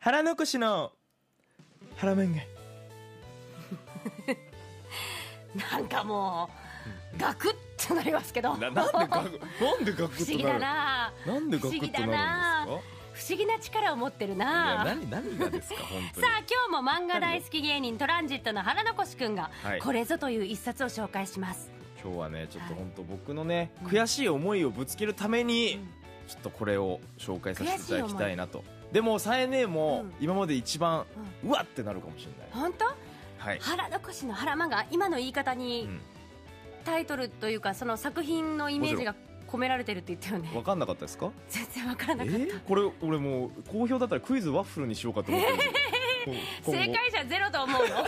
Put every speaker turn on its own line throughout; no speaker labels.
腹残しの腹面が
なんかもうガクッとなりますけど
ななん でガクなんでガク
不思
ッ
議
とな
だ
る
な
なんでガクッとなるんですか
不思議な力を持ってるない
や何何がですか本当
さ
に
あ今日も漫画大好き芸人トランジットの腹残しくんが、
はい
これぞという一冊を紹介します
今日はねちょっと本当僕のね悔しい思いをぶつけるためにちょっとこれを紹介させていただきたいなとでもさえねえも
うん
今まで一番うわってなるかもしれない
本当
はい
腹残しの腹漫画今の言い方
う
に
ん
タイトルというかその作品のイメージが込められてるって言ったよね
わかんなかったですか
全然わから
え
なかった、
ーこれ俺もう好評だったらクイズワッフルにしようかと思って るんですけど今
正
後
解者ゼロと思 うの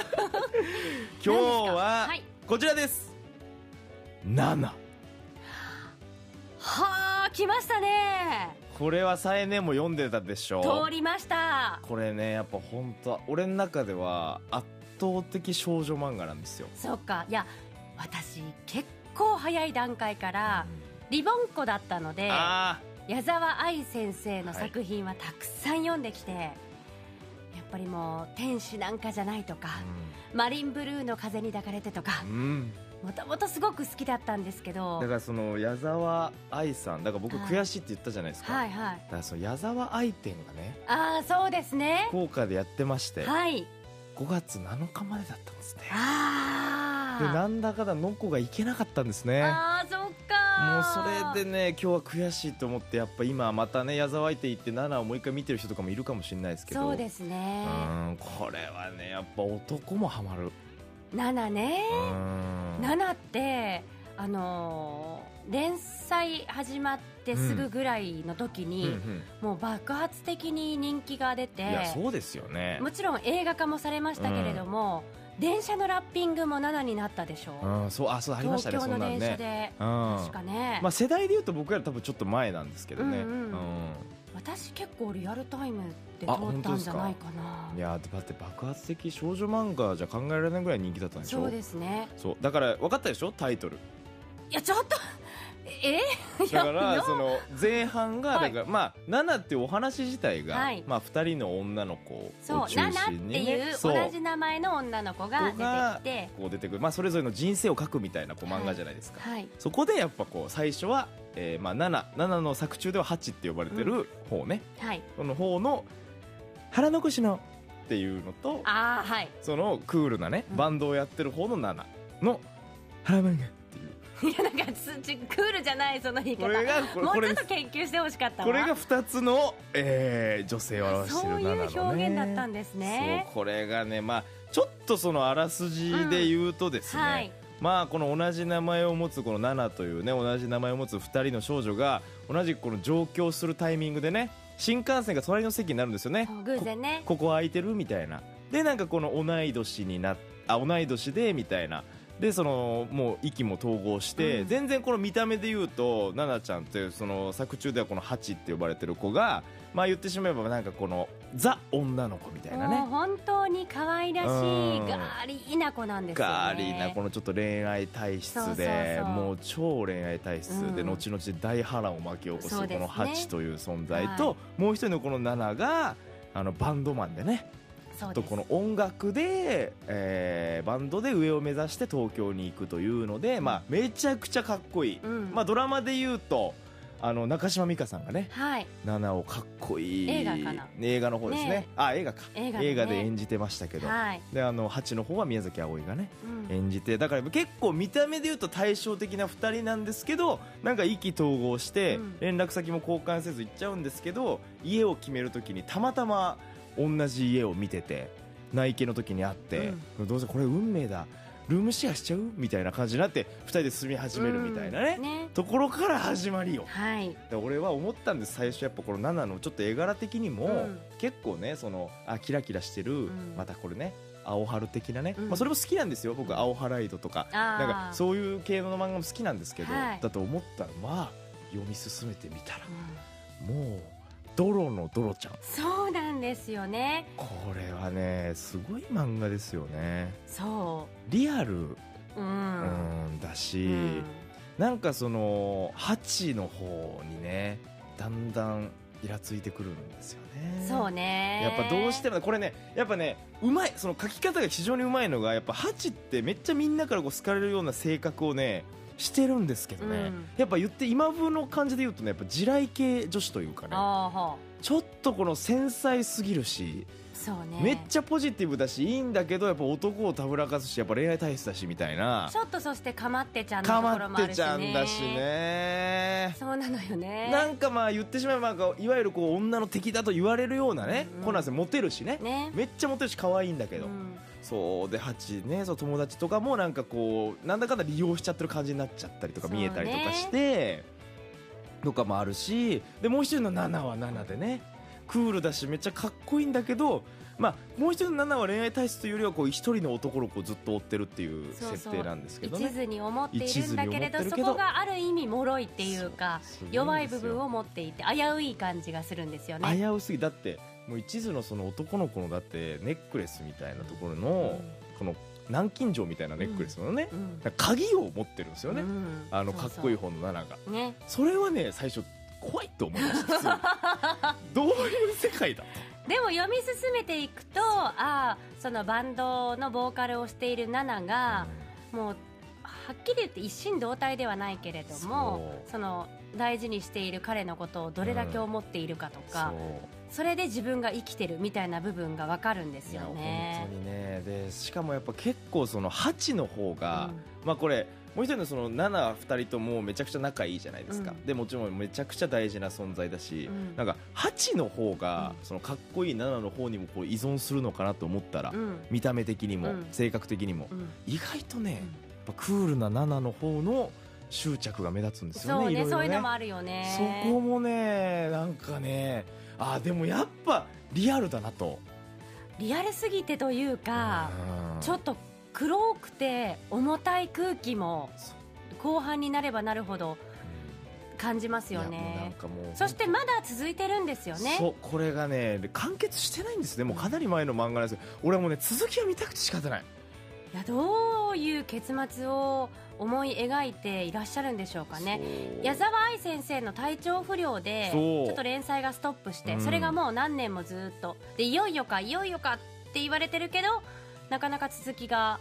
今日
何ですか
は
はい
こちらです7
はあ来ましたね
これはさえねえも読んでたでしょ
通りました
これねやっぱ本当は俺の中では圧倒的少女漫画なんですよ
そうかいや私結構早い段階からリボン子だったので
あ
矢沢愛先生の作品はたくさん読んできて、やっぱりもう「天使なんかじゃない」とか
あ
「マリンブルーの風に抱かれて」とか
うん
もともとすごく好きだったんですけど
だからその矢沢愛さんだから僕
はい
悔しいって言ったじゃないですか、
はいはい
だからその矢沢愛店がね
ああそうですね
福岡でやってまして5
はい
月7日までだったんですね
あ
でなんだかだのこが行けなかったんですね
ああーそっ
もう
か
それでね今日は悔しいと思ってやっぱ今またね矢沢愛店行って7をもう一回見てる人とかもいるかもしれないですけど
そうですね
うんこれはねやっぱ男もハマる
7ね
うん
7ってあのー連載始まってすぐぐらいの時
う
に、
んうん
もう爆発的に人気が出て
いやそうですよね
もちろん映画化もされましたけれども、電車のラッピングも7になったでしょ、
うんそうあそうありました
東
ね
京
そん
の
なん
電車
ねう
で、
ん
確かね、
まあ世代でいうと僕ら多分ちょっと前なんですけどね
うんうん
うん
私結構リアルタイムで通
あ
っ
本当
たん
で
じ
す
ゃ
か
ないかない
やだって爆発的少女漫画じゃ考えられないぐらい人気だったんでしょ
そうですね
そうだから分かったでしょタイトル
いやちょっと えい
だ
や
から
よ
その前半が
は
だ
い
からまあナナっていうお話自体が
はい
まあ2人の女の子を
そう
中
ナナっ
心
て
に
い
ね
う
そう
同じ名前の女の子
子
が
が
出てきて
こう出てくるまあそれぞれの人生を書くみたいなこう漫画じゃないですか
はい
そこでやっぱこう最初は、えーまあ、7, 7の作中では8って呼ばれてる方ね、
はい
その方の腹残しのっていうのと
ああはい
そのクールなね
うん
バンドをやってる方の7の腹漫画っていう
いやなんかつちクールじゃないその言い
こ
方
れがこれ
も
こ
うちょ
れ
っと研究してほしかったわ
これが2つの、えー女性を表して
そ
る
う
7
い
のね
う表現だったんですね
そうこれがねまあちょっとそのあらすじで言うとですね、
はい
まあこの同じ名前を持つこのナナというね同じ名前を持つ2人の少女が同じくこの上京するタイミングでね新幹線が隣の席になるんですよね
そう偶然ね
こここ空いてるみたいなでなんかこの同い年になあ同い年でみたいなでそのもう息も統合して、
うん
全然この見た目で言うとナナちゃんっていうその作中ではこのハチって呼ばれてる子がまあ言ってしまえばなんかこのザ女の子みたいなね
もう本当に可愛らしい
うん
ガーリーな子なんですよね
ガーリーなこのちょっと恋愛体質で
そうそうそう
もう超恋愛体質で、
うん
後々大波乱を巻き起こす
そ
こ
うですね
のハチという存在と、もう一人のこのナナがあのバンドマンでね
そうで
と
す
この音楽で、えーバンドで上を目指して東京に行くというので、まあ、めちゃくちゃかっこいい、
うん
まあ、ドラマで言うとあの中島美嘉さんがね
はい
ナナをかっこいい
映画かな
映画の方ですね
ね
あ映画か
映画,、ね、
映画で演じてましたけど、
はい、
であのハチの方は宮崎あおいがね
うん
演じてだから結構見た目で言うと対照的な2人なんですけどなんか意気投合して
うん
連絡先も交換せず行っちゃうんですけど家を決める時にたまたま同じ家を見てて内見の時に会って、どうせこれ運命だルームシェアしちゃうみたいな感じになって2人で住み始めるみたいなね,、
うんね
ところから始まりよ
はい
で俺は思ったんです最初やっぱこのナナのちょっと絵柄的にも、
うん
結構ねそのあキラキラしてる、
ん
またこれね青春的なね、
うん
まあ、それも好きなんですよ僕青ハライドとか
あ
なんか
あ
そういう系の漫画も好きなんですけど、
はい
だと思ったらまあ読み進めてみたら
うん
もうドロのドロちゃん
そうなんですよね
これはねすごい漫画ですよね
そ
リアル
う
う
う、
んんだ
う
し、
ん
なんかそのハチの方にねだんだんイラついてくるんですよね
そうね
やっぱどうしてもこれねやっぱねうまいその書き方が非常にうまいのがやっぱハチってめっちゃみんなからこう好かれるような性格をねしてるんですけどね、
うん
やっぱ言って今風の感じで言うとねやっぱ地雷系女子というかね
ああほ
ちょっとこの繊細すぎるし、
うそうね
めっちゃポジティブだしいいんだけどやっぱ男をたぶらかすしやっぱ恋愛体質だしみたいな
ちょっとそしてかまってちゃんの
か
ところ
まっ
もあ
て
るし
ち
ね
ゃんだしね
そうなのよね
なんかまあ言ってしまえばなんかいわゆるこう女の敵だと言われるようなね、
うん
こうなんですよモテるしね
ね
めっちゃモテるし可愛いんだけど、
うん
そうでハチねそう友達とかもなんかこうなんだかんだ利用しちゃってる感じになっちゃったりとか
そう
見
ね
えたりとかして、とかもあるしでもう一人の7は7でねクールだしめっちゃかっこいいんだけど、まあ、もう一人の7は恋愛体質というよりはこう一人の男の子をずっと追ってるっていう
そうそ
設
う
定なんですけど
一
ね。
途に思っているんだけれど
一途に思ってる
そ
けど
こがある意味脆いっていうか
そう
弱い部分
を
を持っていて危うい感じがするんですよね
危うすぎだってもう一途のその男の子のだってネックレスみたいなところ
う
の、
ん
この南京錠みたいなネックレスのね、
うん
だから鍵を持ってるんですよね、
うん
あの
そう
か
そ
っ
う
こいい方の7が
ね
それはね最初怖いと思いました普通に どういう世界だ
でも読み進めていくとああそのバンドのボーカルをしているナナが、もうはっきり言って一心同体ではないけれども
そう
その大事にしている彼のことをどれだけ思っているかとか、
そう
それで自分が生きてるみたいな部分がわかるんです
いや
よ
本
ね
当。にねでしかもやっぱ結構その8の方が、まあこれもう一人のその72人ともめちゃくちゃ仲いいじゃないですか、
うん
でもちろんめちゃくちゃ大事な存在だし、
うん
なんか8の方が
う
そのかっこいい7の方にもこう依存するのかなと思ったら、
うんうん
見た目的にも、
うん
性格的にも、
うん
意外とね、やっぱクールな7の方の執着が目立つんですよね
そうね
いろいろ
そう
ね
いうのもあるよね
そこもねなんかねあでもやっぱリアルだなと
リアルすぎてというか、
うん
ちょっと黒くて重たい空気も
そう
後半になればなるほど感じますよ
いやもうなん
ね
かもう
そしてまだ続いてるんですよね
そうこれがね完結してないんですねもうかなり前の漫画なんですけど俺はもうね続きが見たくて仕方ない
いやどういう結末を思い描いていらっしゃるんでしょうかね
そう
矢沢愛先生の体調不良でち
そう
ょっと連載がストップして、
うん
それがもう何年もずっとでいよいよかいよいよかって言われてるけどなかなか続きが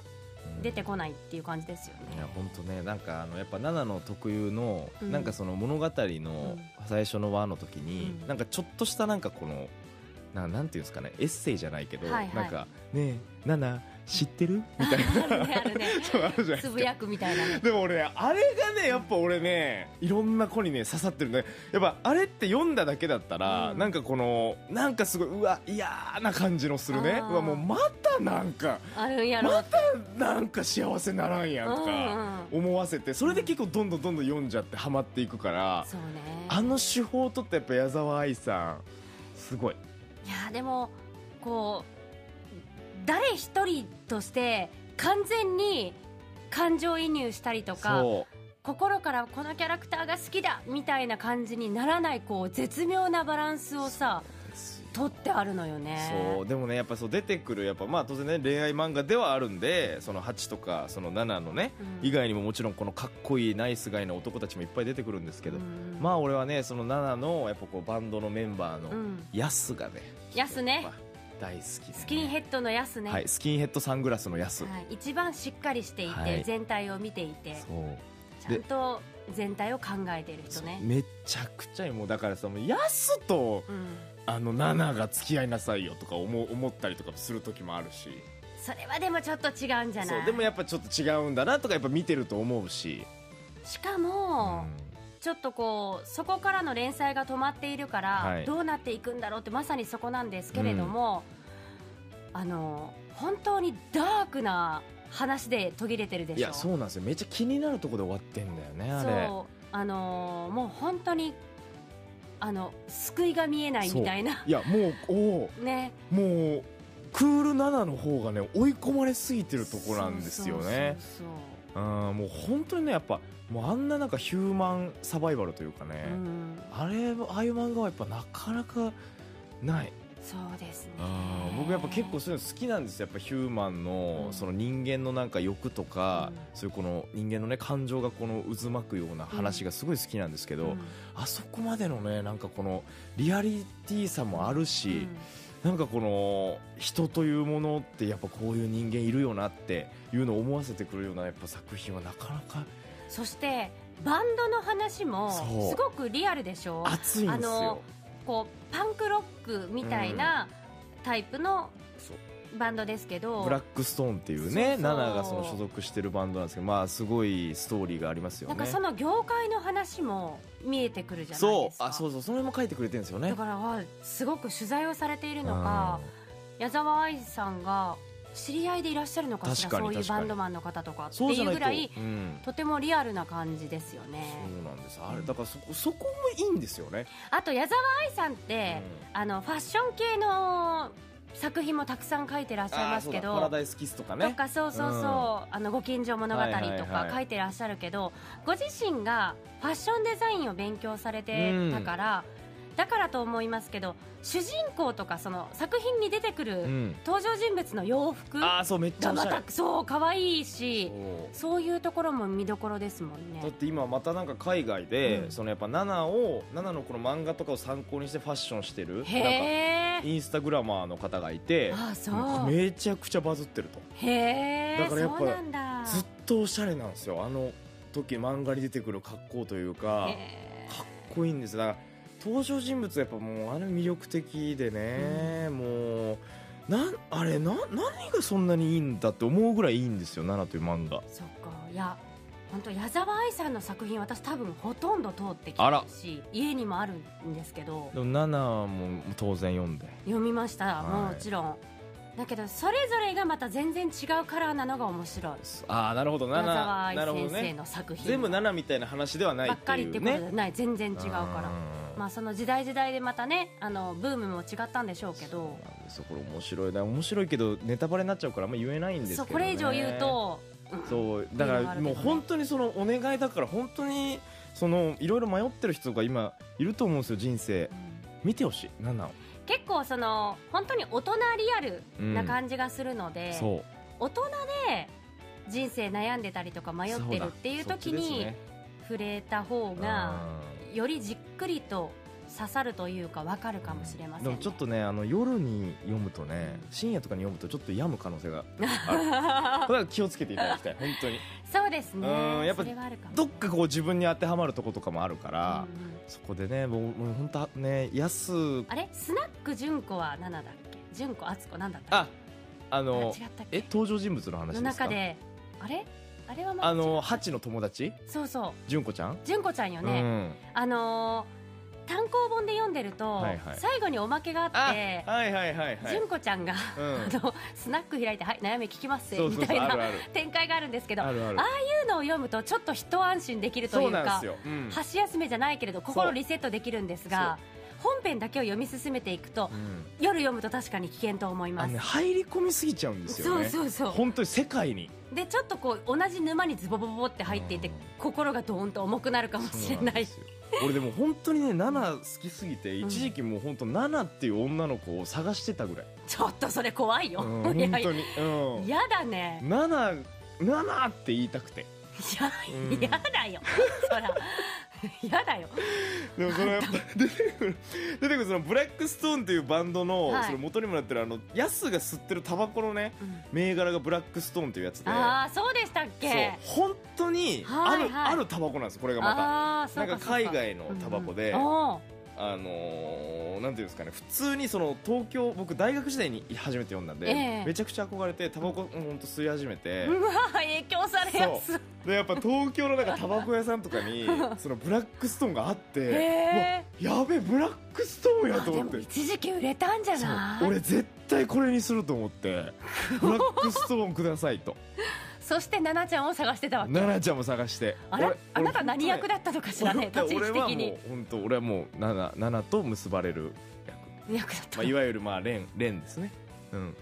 出てこないっていう感じですよ
い
ね
や本当ねなんかあのやっぱナナの特有の、
うん
なんかその物語
う
の
ん
最初の話の時に、
うん
なんかちょっとしたなんかこのななんていうんですかねエッセイじゃないけど、
はいはい
なんかねえナナ知って るみたいな
あるねあるね
そうあるじゃないで
つ
す
ぶ
か
やくみたいなね
でも俺ねあれがねやっぱ俺ねいろんな子にね刺さってるんだやっぱあれって読んだだけだったら、
うん
なんかこのなんかすごいうわ嫌な感じのするね
あー
うわもうまたなんか
あるんやろ
またなんか幸せならんやんとか。
うんうん、
思わせてそれで結構どんどんどんどん読んじゃってハマっていくから
そうね
あの手法を取ったやっぱ矢沢愛さんすごい
いやでもこう誰一人として完全に感情移入したりとか
そう
心からこのキャラクターが好きだみたいな感じにならないこう絶妙なバランスをさ取ってあるのよね
そうでもねやっぱそう出てくるやっぱまあ当然ね恋愛漫画ではあるんでその8とかその7のね
うん
以外にももちろんこのかっこいいナイスガイな男たちもいっぱい出てくるんですけど
うん
まあ俺はねその7のやっぱこうバンドのメンバー
う
の
ん、
ヤスがね
ヤスね
やっぱ大好きで
スキンヘッドのヤスね、
はいスキンヘッドサングラスのヤス
はい一番しっかりしていて、
はい
全体を見ていて
そう
ちゃんと全体を考えている人ね
めちゃくちゃいいもうだからさもうヤスと
うん
あのナナが付き合いなさいよとか思う思ったりとかする時もあるし
それはでもちょっと違うんじゃ
そ
な
う
い
でもやっぱちょっと違うんだなとかやっぱ見てると思うし、
しか
う
も、ちょっとこうそこからの連載が止まっているから、
はい
どうなっていくんだろうってまさにそこなんですけれども、あの本当にダークな話で途切れてるでしょ
いやそうなんですよめっちゃ気になるところで終わってんだよねあれ
そうあのーもう本当にあの救いが見えないみたいない
やもうおお
ね
もうクールナナの方がね追い込まれすぎてるとこなんですよね
そうそう
うんもう本当にねやっぱもうあんななんかヒューマンサバイバルというか
そう
ね、
うん
あれああいう漫画はやっぱなかなかない
そうですね
あー僕やっぱ結構そういうの好きなんですよやっぱヒューマンの
うん
その人間のなんか欲とか、
うん
そういうこの人間のね感情がこの渦巻くような話がすごい好きなんですけど、あそこまでのねなんかこのリアリティさもある
うん
し、なんかこの人というものってやっぱこういう人間いるよなっていうのを思わせてくるようなやっぱ作品はなかなか
そしてバンドの話も
そう
すごくリアルでしょ
熱いんです
あ
よ
の。こうパンクロックみたいなタイプの
そう
バンドですけど、
ブラックストーンっていう
そう
ね
そう
ナナがその所属してるバンドなんですけど、まあ、すごいストーリーがありますよ
なんか
ね
その業界の話も見えてくるじゃない
そ
です
う
か
あそうそうその辺も書いてくれてるんですよね
だからわすごく取材をされているの
あ
か矢沢愛さんが知り合いでいらっしゃるのかしら
確かに
そういう
確か
バ
に
ンドマンの方とかって
そうじ
い
ゃな
う
い
ぐ
と
らい
うん、
とてもリアルな感じですよね
そうなんですあれだからそこそこもいいんですよね、
あと矢沢愛さんって、あのファッション系の作品もたくさん書いてらっしゃいますけ
あーそうだパラ
ど
ダイスキスとか
と
ね
かそうそうそう、あのご近所物語と
はいはいは
か
い
書いてらっしゃるけど、ご自身がファッションデザインを勉強されてたから、だからと思いますけど主人公とかその作品に出てく
う
る
ん、
登場人物の洋服
あ
が
あそうめっちゃおし
ま
ゃれ
たそう可愛いし
そう
そういうところも見どころですもん
だっ
ね。
て今またなんか海外で、
うん
そのやっぱ7を7のこの漫画とかを参考にしてファッションしてるなんか
へえ。
インスタグラマーの方がいて
あそう。
めちゃくちゃバズってると
へえ。
だからやっぱ
そうなんだ。
ずっとおしゃれなんですよあの時漫画に出てくる格好というか
へ
かっこいいんですだから登場人物はやっぱもうあの魅力的でね、もうなんあれな何がそんなにいいんだって思うぐらいいいんですよ「ナナという漫画
えそっか。いや。本当矢沢愛さんの作品私多分ほとんど通ってき
あ
た
ら
し家にもあるんですけど
でも「ナナはもう当然読んで
読みました、
はい
もちろんだけどそれぞれがまた全然違うカラーなのが面白い
ああなるほど
矢
ナ
沢
ナ
愛
なるほど
先生
ね
の作品
全部「ナナみたいな話ではない
ば
っ
っか
て
り
い
って
う
ことじ
ね
ゃない全然違うから
うん
まあその時代時代でまたねあのブームも違ったんでしょうけど
そうなんですよこれ面白いな面白いけどネタバレになっちゃうからあんま言えないんですけど、
そう
ね、
これ以上言うと
そうだか
いろいろあ
ら
る
も
けど
う
ね
本当にそのお願いだから本当にそのいろいろ迷ってる人が今いると思うんですよ人生見てほしい何なの
結構その本当に大人リアルな感じがするので、
そう
大人で人生悩んでたりとか迷ってるっていう時
そっちで
に
すね
触れた方が
うん
よりじっくりと刺さるというか分かるかもしれません、ね、
でもちょっとねあの夜に読むとね
うん
深夜とかに読むとちょっと病む可能性が あるこれは気をつけていただきたい本当に
そうですね
うんやっぱ
それはあるかも
どっかこう自分に当てはまるとことかもあるか
う
ら、
んうん
そこでねもうもう本当ね安
あれスナック純子は7だっけ純子敦子なんだったっ
ああ
けあ違
の
ったっ
え
け
登場人物の話です
の
か
中であれあれはまだ
あのハチの友達
そうそう
純子ちゃん
純子ちゃんよね、
うん
あのー単行本で読んでると、
はいはい
最後におまけがあっ
あ
て、
はいはいはいはい
純子ちゃんが、
う
あ
ん
のスナック開いて、はい、悩み聞きます
そうそうそ
みた
う
い
ある
な
ある
展開があるんですけど、あ
あるある
ああいうのを読むと、ちょっと一安心できるとい
そううなんで
か
す、よ、うん
箸休めじゃないけれど、心リセットできるんですが、本編だけを読み進めていくと
う、ん
夜読むと確かに危険と思い
あ
ま
の
す。
ね入り込みすぎちゃうんですよ
そう
ね
そうそ
本当に世界に
うでちょっとこう同じ沼にズボボボボって入っていて
うん
心がドーンと重くなるかもしれない
そうなんですよ俺でも本当にねナナ好きすぎて
うん
一時期もう本当ナナっていう女の子を探してたぐらい、
ちょっとそれ怖いよ、
うん、
い
本
やい
当
や
にうん
やだね
ナナナナって言いたくて
いや、
うん
やだよ。そら、やだよ。
でもその やっぱ出てくる出てくるそのブラックストーンっていうバンドの,、
はい
その元にもなってるあのヤスが吸ってるタバコのね銘柄がブラックストーンっていうやつで
ああ、そうでしたっ
そう
け。
本当にあ
はい
る,、
はい
あるタバコなんですこれがま
ああ、
た
そう
なんか
かそうか。
海外のタバコで、
うんうんおー
あのーなんていうんですかね普通にその東京僕大学時代に初めて読んだんで、
ええ
めちゃくちゃ憧れてタバコうんほんと吸い始めて、
うわー、影響されやす。
でやっぱ東京のなんかタバコ屋さんとか にそのブラックストーンがあって、
へえ。
うわやべえブラックストーンや
あ
と
で
思っ
も
て
一時期売れたんじゃ
そう
ない。
俺絶対これにすると思 ってブラックストーンくださいと
そして奈々ちゃんを探してたわけ。
奈々ちゃんも探して
あら
俺、
あなた何役だったのかしらね。立ち位
俺
置
は
的
も
に
う本当俺はもう奈々奈々と結ばれる役、
役だった
まあ、いわゆるまあ蓮蓮ですねうん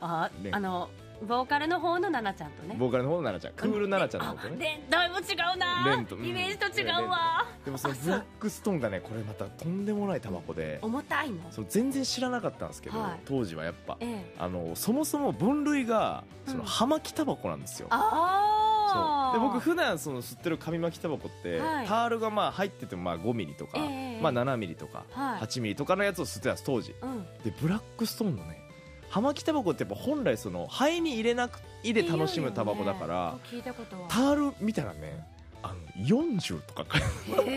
あ
ね
あのボーカルの方のナナちゃんとね
ボーカルの方の奈々ちゃんクール奈々ちゃんのこと
あ
ね
でだいぶ違うな
レンとうん
イメージと違うわ
でもその
あ
ブ
そう
ラックストーンがねこれまたとんでもないタバコで
重たいの
そう全然知らなかったんですけど、
はい
当時はやっぱ
ええ
あのそもそも分類がその
うん
葉巻タバコなんですよ、
ああ
そうで僕普段その吸ってる紙巻きタバコって、
はい
タールがまあ入っててもまあ5ミリとか、
ええ
まあ7ミリとか、
はい
8ミリとかのやつを吸ってたんです当時
うん
でブラックストーンのね葉巻タバコってやっぱ本来その肺に入れなく入れ楽しむタバコだから、
っていうよね聞いたことは
タール見たらねあの40とか書いてある
へ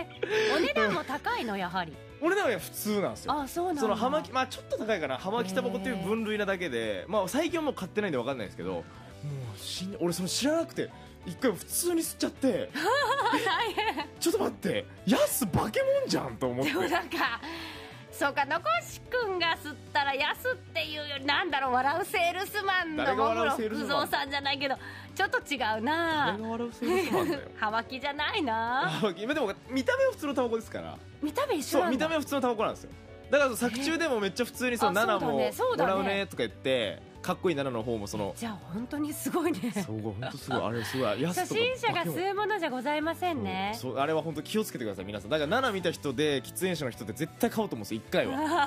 えお値段も高いのやはり
俺らは普通なんですよ
あそうなんだ
その葉巻まあちょっと高いかな葉巻タバコっていう分類なだけで、まあ最近はもう買ってないんで分かんないですけどもう死ん俺それ知らなくて一回普通に吸っちゃって
大変
ちょっと待ってヤス化け物じゃんと思って
でもなんかそうかのこしくんが吸ったら安っていうよりなんだろう笑うセールスマンの
誰が
もぐ
笑
ろ
うセールスマン
福蔵さんじゃないけどちょっと違う
あ
な
れが笑うセールスマンだよ
葉巻じゃな いな
葉巻今でも見た目は普通のタバコですから
見た目一緒
そ
な
うん見
だ
た目は普通のタバコなんですよだから作中でもめっちゃ普通にその
あ
ナナ
そうだ
も
ねそ
「
うだ
も
ね
らうね」とか言ってかっこいいナナの方もそ の
じゃあ本当にすごいね
そうほんとすごいあれすごい安
初
とか
心者が吸うものじゃございませんね
そうあれは本当気をつけてください皆さんだから7見た人で喫煙者の人って絶対買おうと思うんですよ1回は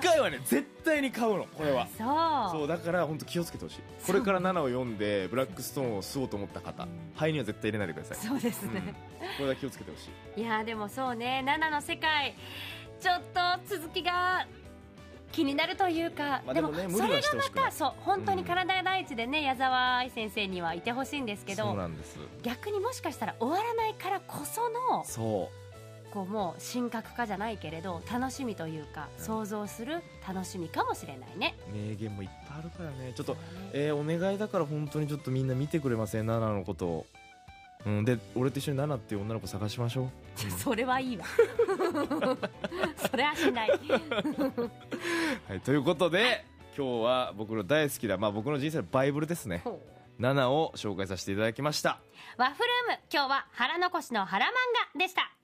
1回はね絶対に買うのこれは
そう
そうだから本当気をつけてほしいこれから7を読んでブラックストーンを吸おうと思った方肺には絶対入れないでください、
そうで
う
す
ん、こ
ね、
れは気をつけてほしい
いやーでもそうね7の世界ちょっと続きが気になるというか、
まあ
でも
でもね無
そ
理
れ
はし
が
てほしくない
またそう本当に体第一でね、矢沢愛先生にはいてほしいんですけ
そう
ど
なんです
逆にもしかしたら終わらないからこその
そ
こうもう神格化じゃないけれど楽しみというか、
うん
想像する楽しみかもしれないね。
う名言もいっぱいあるからねちょっと
ね
えーお願いだから本当にちょっとみんな見てくれませんナナのことを、うん、で俺と一緒にナナっていう女の子探しましょう
それは いいわそれはしない
はい、ということで今日は僕の大好きな、まあ、僕の人生のバイブルですね
ほう
7を紹介させていただきました
ワッフルーム今日は腹残しの腹漫画でした